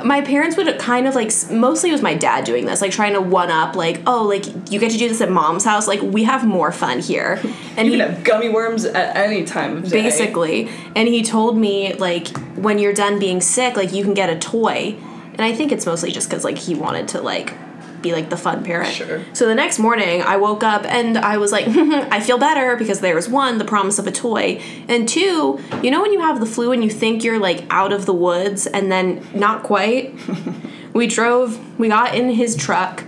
B: my parents would kind of like s- mostly it was my dad doing this like trying to one up like oh like you get to do this at mom's house like we have more fun here and
A: You
B: he
A: can have gummy worms at any time of day.
B: basically. And he told me like when you're done being sick, like you can get a toy. And I think it's mostly just because like he wanted to like be like the fun parent.
A: Sure.
B: So the next morning, I woke up and I was like, <laughs> I feel better because there was one, the promise of a toy, and two, you know when you have the flu and you think you're like out of the woods and then not quite. we drove. We got in his truck,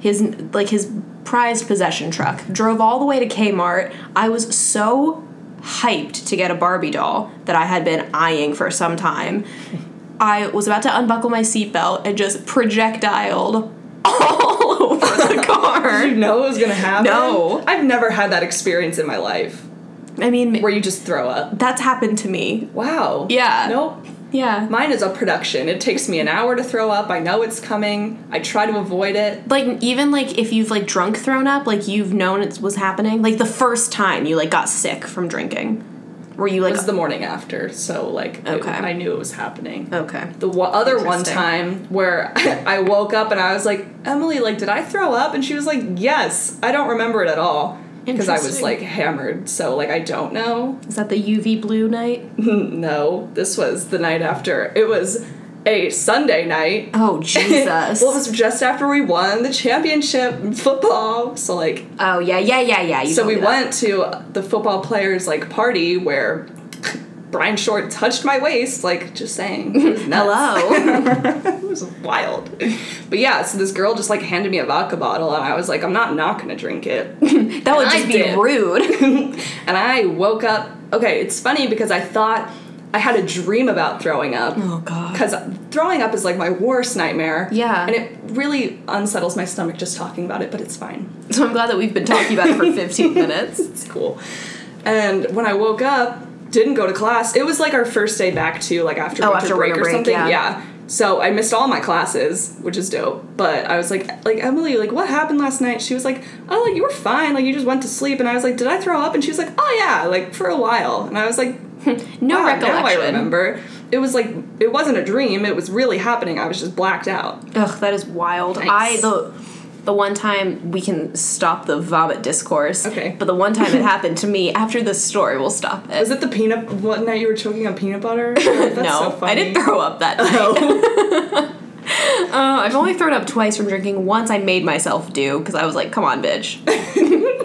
B: his like his prized possession truck. Drove all the way to Kmart. I was so hyped to get a Barbie doll that I had been eyeing for some time. I was about to unbuckle my seatbelt and just projectiled <laughs> all over <laughs> the
A: Did
B: car.
A: you know it was gonna happen?
B: No.
A: I've never had that experience in my life
B: I mean,
A: where you just throw up.
B: that's happened to me.
A: Wow.
B: Yeah.
A: Nope.
B: Yeah.
A: Mine is a production. It takes me an hour to throw up. I know it's coming. I try to avoid it.
B: like even like if you've like drunk thrown up like you've known it was happening like the first time you like got sick from drinking were you like
A: It was the morning after, so like it-
B: Okay.
A: I knew it was happening.
B: okay
A: The wa- other one
B: Interesting.
A: time where <laughs> I woke up and I was like, Emily, like, did I throw up? And she was like, Yes, I don't remember it at all because I was
B: Interesting.
A: like hammered, so like I don't know.
B: is that the uv blue night
A: No, this was the night after. It was a Sunday night.
B: oh <laughs> jesus
A: <laughs> well, it was just after we won the championship in football, so like
B: oh yeah yeah yeah yeah you
A: So
B: told
A: we
B: me that.
A: went to the football players like party where Brian Short touched my waist, like just saying. It
B: <laughs>
A: was nuts.
B: hello
A: it was wild. But yeah, so this girl just like handed me a vodka bottle and I was like, I'm not not gonna drink it. <laughs>
B: that <laughs> would
A: I
B: just be
A: did.
B: rude
A: and I woke up okay, it's funny because I thought I had a dream about throwing up.
B: <laughs> oh god
A: Because throwing up is like my worst nightmare.
B: Yeah.
A: And it really unsettles my stomach just talking about it, but it's fine.
B: <laughs> so i'm glad that we've been talking about it for 15 minutes
A: it's cool. And when I woke up, didn't go to class. It was like our first day back to like after
B: Oh,
A: winter
B: after
A: break
B: winter
A: or
B: break,
A: something.
B: yeah.
A: yeah. So I missed all my classes, which is dope. But I was like, like Emily, like what happened last night? She was like, oh, like you were fine, like you just went to sleep. And I was like, did I throw up? And she was like, oh yeah, like for a while. And I was like,
B: No
A: wow, now I
B: recollection.
A: remember. It was like it wasn't a dream. It was really happening. I was just blacked out.
B: Ugh, that is wild. I
A: Nice.
B: the the one time we can stop the vomit discourse.
A: Okay.
B: But the one time it happened to me after this story, we'll stop it.
A: Was it the peanut? What night you were choking on peanut
B: <laughs>
A: butter? That's
B: no,
A: so funny.
B: I didn't throw up
A: <laughs>
B: that night.
A: Oh.
B: Uh, I've only thrown up twice from drinking. Once I made myself do because I was like, "Come on, bitch,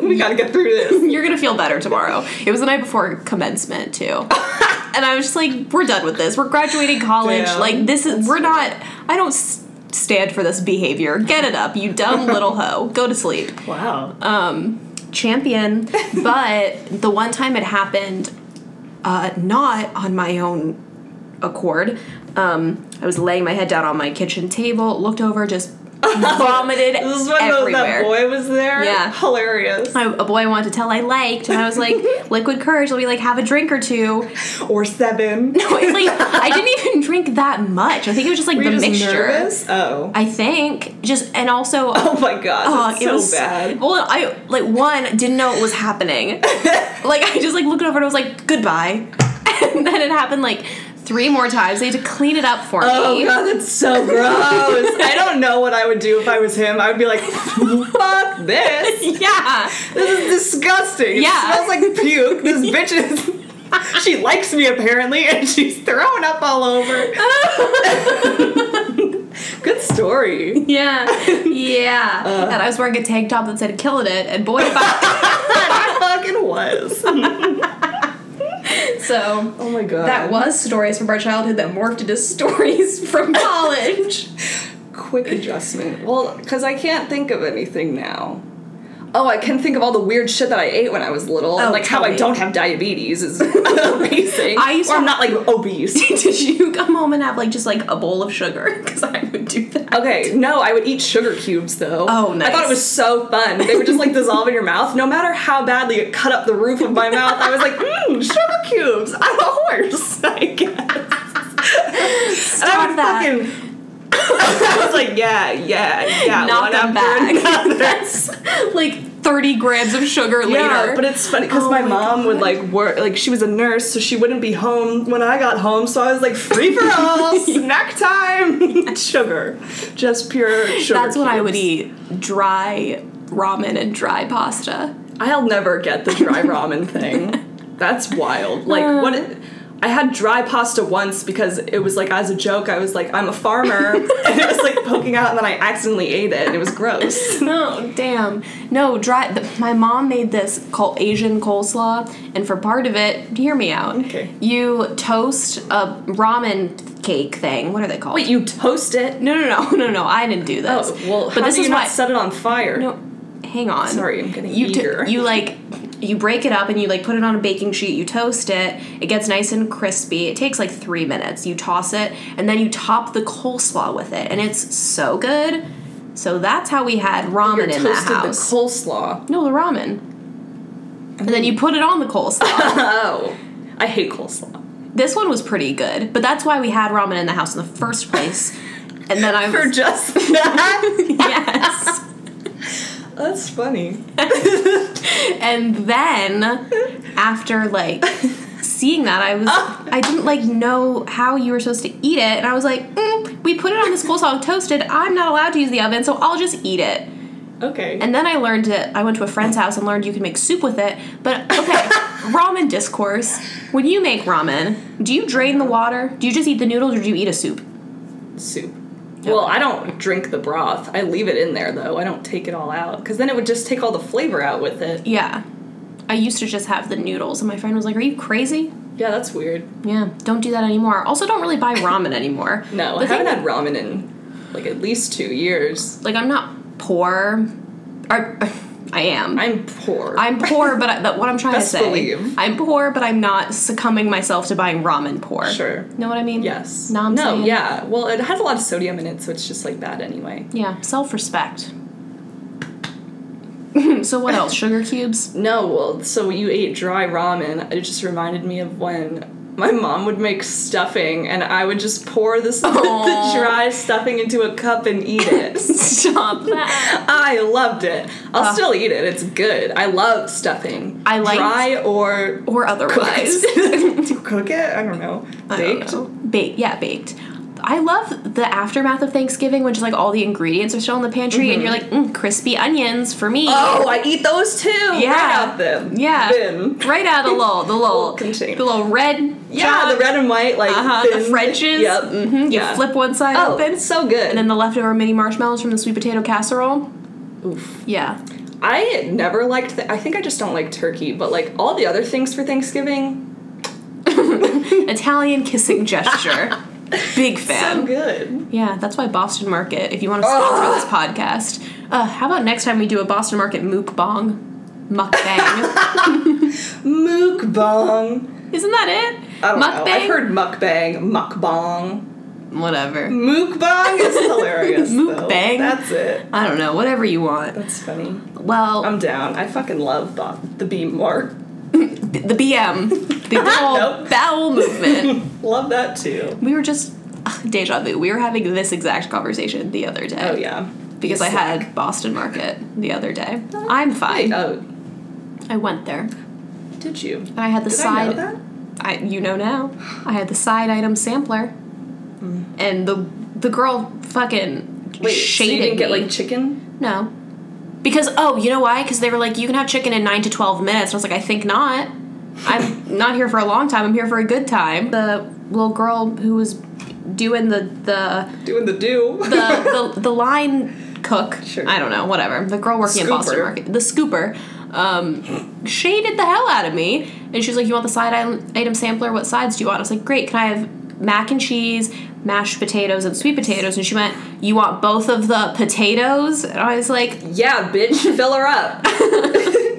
A: we gotta get through this.
B: you're gonna feel better tomorrow." It was the night before commencement too, <laughs> and I was just like, "We're done with this. We're graduating college.
A: Damn.
B: Like this is we're not. I don't." S- Stand for this behavior. Get it up, you <laughs> dumb little hoe. Go to sleep.
A: Wow.
B: <laughs> champion. But the one time it happened, uh, not on my own accord, um, I was laying my head down on my kitchen table, looked over, just <laughs> vomited
A: this is when the,
B: everywhere.
A: that boy was there.
B: Yeah.
A: Hilarious.
B: I- a boy I wanted to tell I liked, and I
A: <laughs>
B: was like, liquid courage. Let me like have a drink or two. <laughs>
A: Or seven.
B: No, it's like I didn't even drink that much. I think it was just like
A: Were
B: the
A: you just
B: mixture.
A: nervous? Oh.
B: I think just and also
A: <laughs> oh my god.
B: Oh,
A: that's
B: it
A: so
B: was
A: bad.
B: Well, I like one didn't know it was
A: <laughs>
B: happening. like I just like looked over and I was like, goodbye. <laughs> And then it happened like three more times. They had to clean it up for
A: Oh
B: me.
A: god, that's so gross. I don't know what I would do if I was him. I would be like, fuck this.
B: <laughs> <laughs> Yeah.
A: This is disgusting. It
B: Yeah.
A: smells like puke. This
B: <laughs>
A: bitch is <laughs> She likes me apparently, and she's throwing up all
B: <laughs>
A: over. Good story. <laughs>
B: Yeah. Yeah.
A: Uh.
B: and I was wearing a tank top that said "Killing It," and boy, if I,
A: I fucking was.
B: so
A: Oh my god.
B: that was stories from our childhood that morphed into stories <laughs> from college.
A: quick adjustment. Well, because I can't think of anything now. Oh, I can think of all the weird shit that I ate when I was little, and
B: Oh,
A: like how
B: tell
A: I
B: me.
A: don't have diabetes is <laughs> amazing.
B: I used
A: or
B: to-
A: I'm not like
B: <laughs>
A: obese.
B: <laughs> Did you come home and have like just like a bowl of sugar? <laughs> Because I would do that.
A: Okay, no, I would eat sugar cubes though.
B: Oh,
A: I thought it
B: nice.
A: was so fun. They would just like dissolve in your mouth, no matter how badly it cut up the roof of my mouth. I was like, mm, sugar cubes. I'm a horse, <laughs> I guess. and I
B: Stop
A: would
B: that.
A: fucking. <laughs> I was like, yeah, yeah, yeah. one
B: Knock them
A: after
B: back. <laughs>
A: another.
B: That's like 30 grams of sugar
A: Yeah,
B: later.
A: but it's funny because
B: Oh
A: my,
B: my
A: mom would like work, like she was a nurse, so she wouldn't be home when I got home. So I was like, free for all, snack time, <laughs> sugar, just pure sugar.
B: That's what I would
A: cubes.
B: eat dry ramen and dry pasta.
A: I'll never get the dry ramen thing. That's wild. Like what? It, I had dry pasta once because it was like as a joke. I was like, I'm a farmer, and it was like poking out, and then I accidentally ate it, and it was
B: <laughs>
A: gross.
B: Oh, damn. No, dry. th my mom made this called Asian coleslaw, and for part of it, hear me out.
A: Okay.
B: You toast a ramen cake thing. What are they called?
A: Wait, you toast it?
B: No, no, <laughs> no, no, no. I didn't do this.
A: Oh, well, but how do you not set it on fire?
B: No, hang on.
A: Sorry, I'm getting
B: you t-
A: eager.
B: you like you break it up and you like put it on a baking sheet. You toast it. It gets nice and crispy. It takes like three minutes. You toss it and then you top the coleslaw with it, and it's so good. So that's how we had ramen in that
A: toasted
B: house.
A: the coleslaw.
B: no, the ramen. And then
A: Mm.
B: you put it on the coleslaw.
A: Oh, I hate coleslaw.
B: this one was pretty good, but that's why we had ramen in the house in the first place. And then
A: <laughs>
B: I
A: For
B: was
A: just that?
B: <laughs> yes.
A: <laughs> That's funny.
B: And then after like seeing that, I was
A: Oh.
B: I didn't like know how you were supposed to eat it, and I was like, mm, we put it on this coleslaw toasted. I'm not allowed to use the oven, so I'll just eat it.
A: Okay.
B: And then I learned it. I went to a friend's house and learned you can make soup with it. But
A: <laughs>
B: okay, ramen discourse. When you make ramen, do you drain the water? Do you just eat the noodles, or do you eat a soup?
A: soup. Well, I don't drink the broth. I leave it in there though. I don't take it all out because then it would just take all the flavor out with it.
B: Yeah. I used to just have the noodles, and my friend was like, "Are you crazy?
A: Yeah, that's weird.
B: Yeah, don't do that anymore." Also, don't really buy ramen anymore.
A: No,
B: The
A: I
B: thing
A: haven't had ramen in like at least two years.
B: like I'm not poor. Or, I <laughs> am. I'm,
A: I'm poor.
B: poor, but I, that, what I'm trying to
A: Best
B: say,
A: believe.
B: I'm poor, but I'm not succumbing myself to buying ramen poor.
A: Sure.
B: Know what I mean?
A: yes.
B: No, I'm
A: no.
B: saying-
A: Yeah. Well, it has a lot of sodium in it, so it's just like bad anyway.
B: Yeah. Self-respect. <laughs> so what else? Sugar cubes.
A: No, well, so you ate dry ramen. It just reminded me of when my mom would make stuffing, and I would just pour this <laughs> the
B: Aw.
A: dry stuffing into a cup and eat
B: <laughs>
A: it.
B: Stop that.
A: I loved it. I'll still eat it. It's good. I love stuffing.
B: I liked-
A: dry or
B: Or otherwise. <laughs>
A: to cook it. I don't know. Baked.
B: Baked, yeah, baked. I love the aftermath of Thanksgiving when just like all the ingredients are still in the pantry and you're like, mm, crispy onions for me.
A: Mm-hmm. Oh, I eat those too. Yeah. Right out them.
B: Yeah.
A: Thin.
B: Right out of the little, the little,
A: <laughs> container.
B: the little red.
A: Yeah,
B: jar.
A: the red and white, like
B: Uh-huh, the
A: thin.
B: French's.
A: Yep. mm-hmm,
B: Mhm, You
A: yeah.
B: flip one side
A: Oh,
B: open,
A: it's so good.
B: and then the leftover mini marshmallows from the sweet potato casserole. Oof.
A: <laughs>
B: Yeah.
A: I never liked. Th- I think I just don't like turkey, but like all the other things for Thanksgiving,
B: Italian kissing gesture.
A: <laughs>
B: Big fan.
A: so good.
B: Yeah, that's why Boston Market. If you want to sponsor this podcast, uh, how about next time we do a Boston Market mukbang,
A: <laughs>
B: mukbang?
A: Mukbang.
B: Isn't that it?
A: I don't know.
B: mukbang.
A: I've heard Mm. mukbang, mukbang,
B: whatever.
A: mukbang <laughs> is hilarious. though.
B: Mukbang.
A: That's it.
B: I don't know. Whatever you want.
A: That's funny.
B: Well,
A: I'm down. I fucking love Bo- the B more.
B: b- the BM,
A: <laughs>
B: the whole
A: Nope.
B: bowel movement.
A: Love that too.
B: we were just ugh, deja vu. We were having this exact conversation the other day.
A: Oh yeah.
B: Because I had Boston Market the other day. I'm
A: Hey,
B: fine.
A: oh,
B: I went there
A: did you? Did
B: and I had the
A: I
B: side.
A: know that?
B: I you know now. I had the side item sampler, and the the girl fucking
A: Hmm. Wait, so
B: shaded
A: you didn't get
B: me.
A: like chicken?
B: no, because oh you know why? Because they were like you can have chicken in nine to twelve minutes. And I was like I think not. I'm not here for a long time. I'm here for a good time. The little girl who was doing the the
A: Doing the do.
B: <laughs> the, the, the line cook.
A: Sure.
B: I don't know, whatever. The girl working at Boston
A: Scooper.
B: Market, the scooper, um, shaded the hell out of me. And she was like, You want the side item, item sampler? What sides do you want? I was like, Great, can I have mac and cheese, mashed potatoes, and sweet potatoes? And she went, You want both of the potatoes? And I was like,
A: Yeah, bitch, <laughs> fill her up.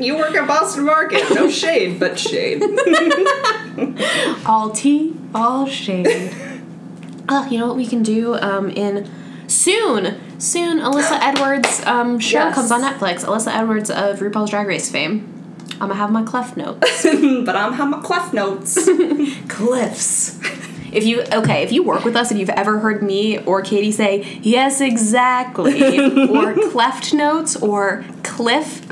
A: you work at Boston Market. No shade, but shade. <laughs>
B: All tea, all shade. Ugh, you know what we can do um, in soon? Soon, Alyssa Edwards' um, show
A: Yes.
B: comes on Netflix. Alyssa Edwards of RuPaul's Drag Race fame. I'm gonna have my clef notes.
A: but I'm have my clef notes.
B: Cliffs. If you okay, if you work with us and you've ever heard me or Katie say yes exactly or cleft notes or cliff,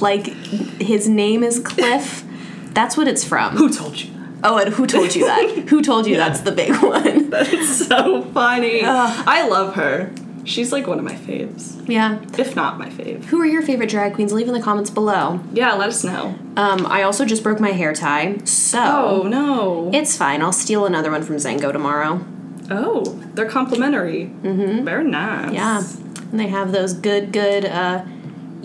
B: like his name is Cliff, that's what it's from.
A: Who told you that?
B: Oh, and who told you that? who told you that's the big
A: <laughs>
B: one?
A: That's so funny. I love her. She's like one of my faves,
B: Yeah.
A: if not my fave.
B: Who are your favorite drag queens? Leave in the comments below.
A: Yeah, let us know.
B: Um, I also just broke my hair tie, so
A: Oh no.
B: it's fine. I'll steal another one from Zango tomorrow.
A: oh, they're complimentary. Mm-hmm. Very nice.
B: Yeah. And they have those good, good uh,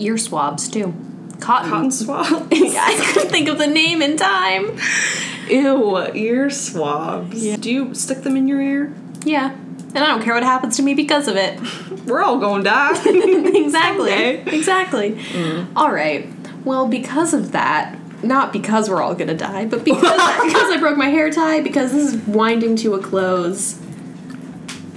B: ear swabs too. Cotton.
A: Cotton swab.
B: <laughs> Yeah, I couldn't think of the name in time.
A: <laughs> Ew, ear swabs. Do you stick them in your ear?
B: Yeah. And I don't care what happens to me because of it.
A: We're all gonna die.
B: exactly.
A: <laughs> Someday. Mm.
B: Exactly. All right. Well, because of that, not because we're all gonna die,
A: <laughs>
B: but because, because I broke my hair tie, because this is winding to a close, <laughs>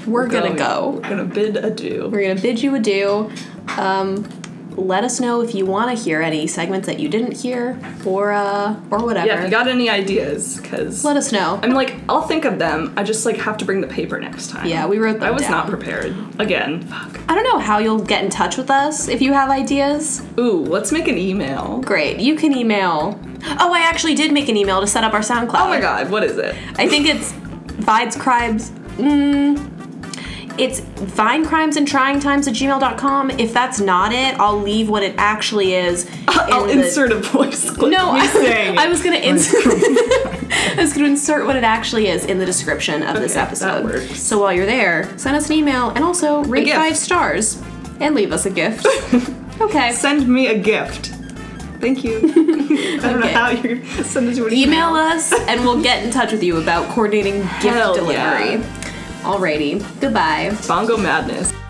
B: we're gonna go.
A: Oh, We're gonna bid adieu.
B: We're gonna bid you adieu. Um, let us know if you want to hear any segments that you didn't hear, or uh, or whatever.
A: Yeah, if you got any ideas, because
B: let us know.
A: I'm like, I'll think of them. I just like have to bring the paper next time.
B: Yeah, we wrote them
A: I was
B: down.
A: not prepared. Again, fuck.
B: I don't know how you'll get in touch with us if you have ideas.
A: Ooh, let's make an email.
B: Great. You can email. Oh, I actually did make an email to set up our SoundCloud.
A: Oh my god, what is it?
B: I think it's Vines Crimes. Mm, it's Vine Crimes and Trying Times at gmail.com. If that's not it, I'll leave what it actually is.
A: <laughs> I'll
B: in the-
A: insert a voice clip. <laughs>
B: No,
A: me
B: I,
A: saying
B: I
A: it.
B: was gonna insert. <laughs> I was gonna insert what it actually is in the description of this
A: Okay, that
B: episode.
A: works.
B: So while you're there, send us an email and also rate
A: gift.
B: five stars and leave us
A: <laughs>
B: a gift. okay.
A: Send me a gift. Thank you. <laughs> I don't know
B: Okay.
A: how you send it to an email.
B: email us and we'll get in touch with you about coordinating gift
A: Hell
B: delivery.
A: yeah.
B: Alrighty. Goodbye.
A: Bongo Madness.